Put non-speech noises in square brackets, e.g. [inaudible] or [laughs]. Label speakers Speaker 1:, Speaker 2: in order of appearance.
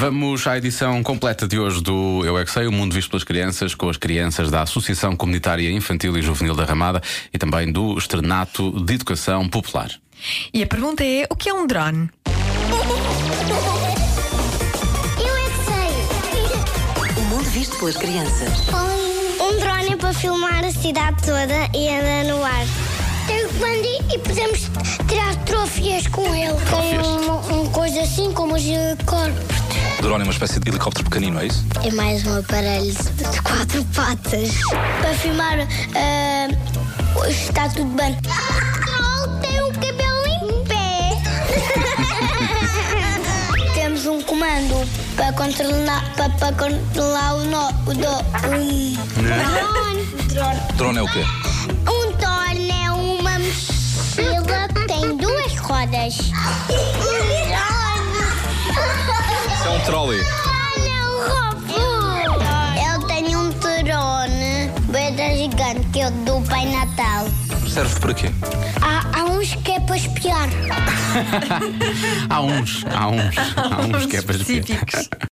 Speaker 1: Vamos à edição completa de hoje do Eu é que Sei, o mundo visto pelas crianças, com as crianças da Associação Comunitária Infantil e Juvenil da Ramada e também do Estrenato de Educação Popular.
Speaker 2: E a pergunta é: o que é um drone?
Speaker 3: Eu é que
Speaker 4: O mundo visto pelas crianças.
Speaker 3: sei. Um drone é para filmar a cidade toda e andar no ar. Tem o comando e podemos tirar trofias com ele. Tem uma, uma coisa assim como os helicópteros.
Speaker 5: O drone é uma espécie de helicóptero pequenino, é isso?
Speaker 3: É mais um aparelho de quatro patas. Para filmar ah, está tudo bem. tem um cabelo em pé. [laughs] Temos um comando para controlar, para, para controlar o, nó, o dó. Um drone.
Speaker 5: Né? Drone é o quê?
Speaker 3: Um drone é uma mochila que tem duas rodas.
Speaker 5: É um trolley.
Speaker 3: Eu tenho um drone beta gigante que eu dou Pai Natal.
Speaker 5: Serve para quê?
Speaker 3: Há, há uns que é para espiar.
Speaker 1: Há uns, há uns, há uns que é para
Speaker 2: específicos.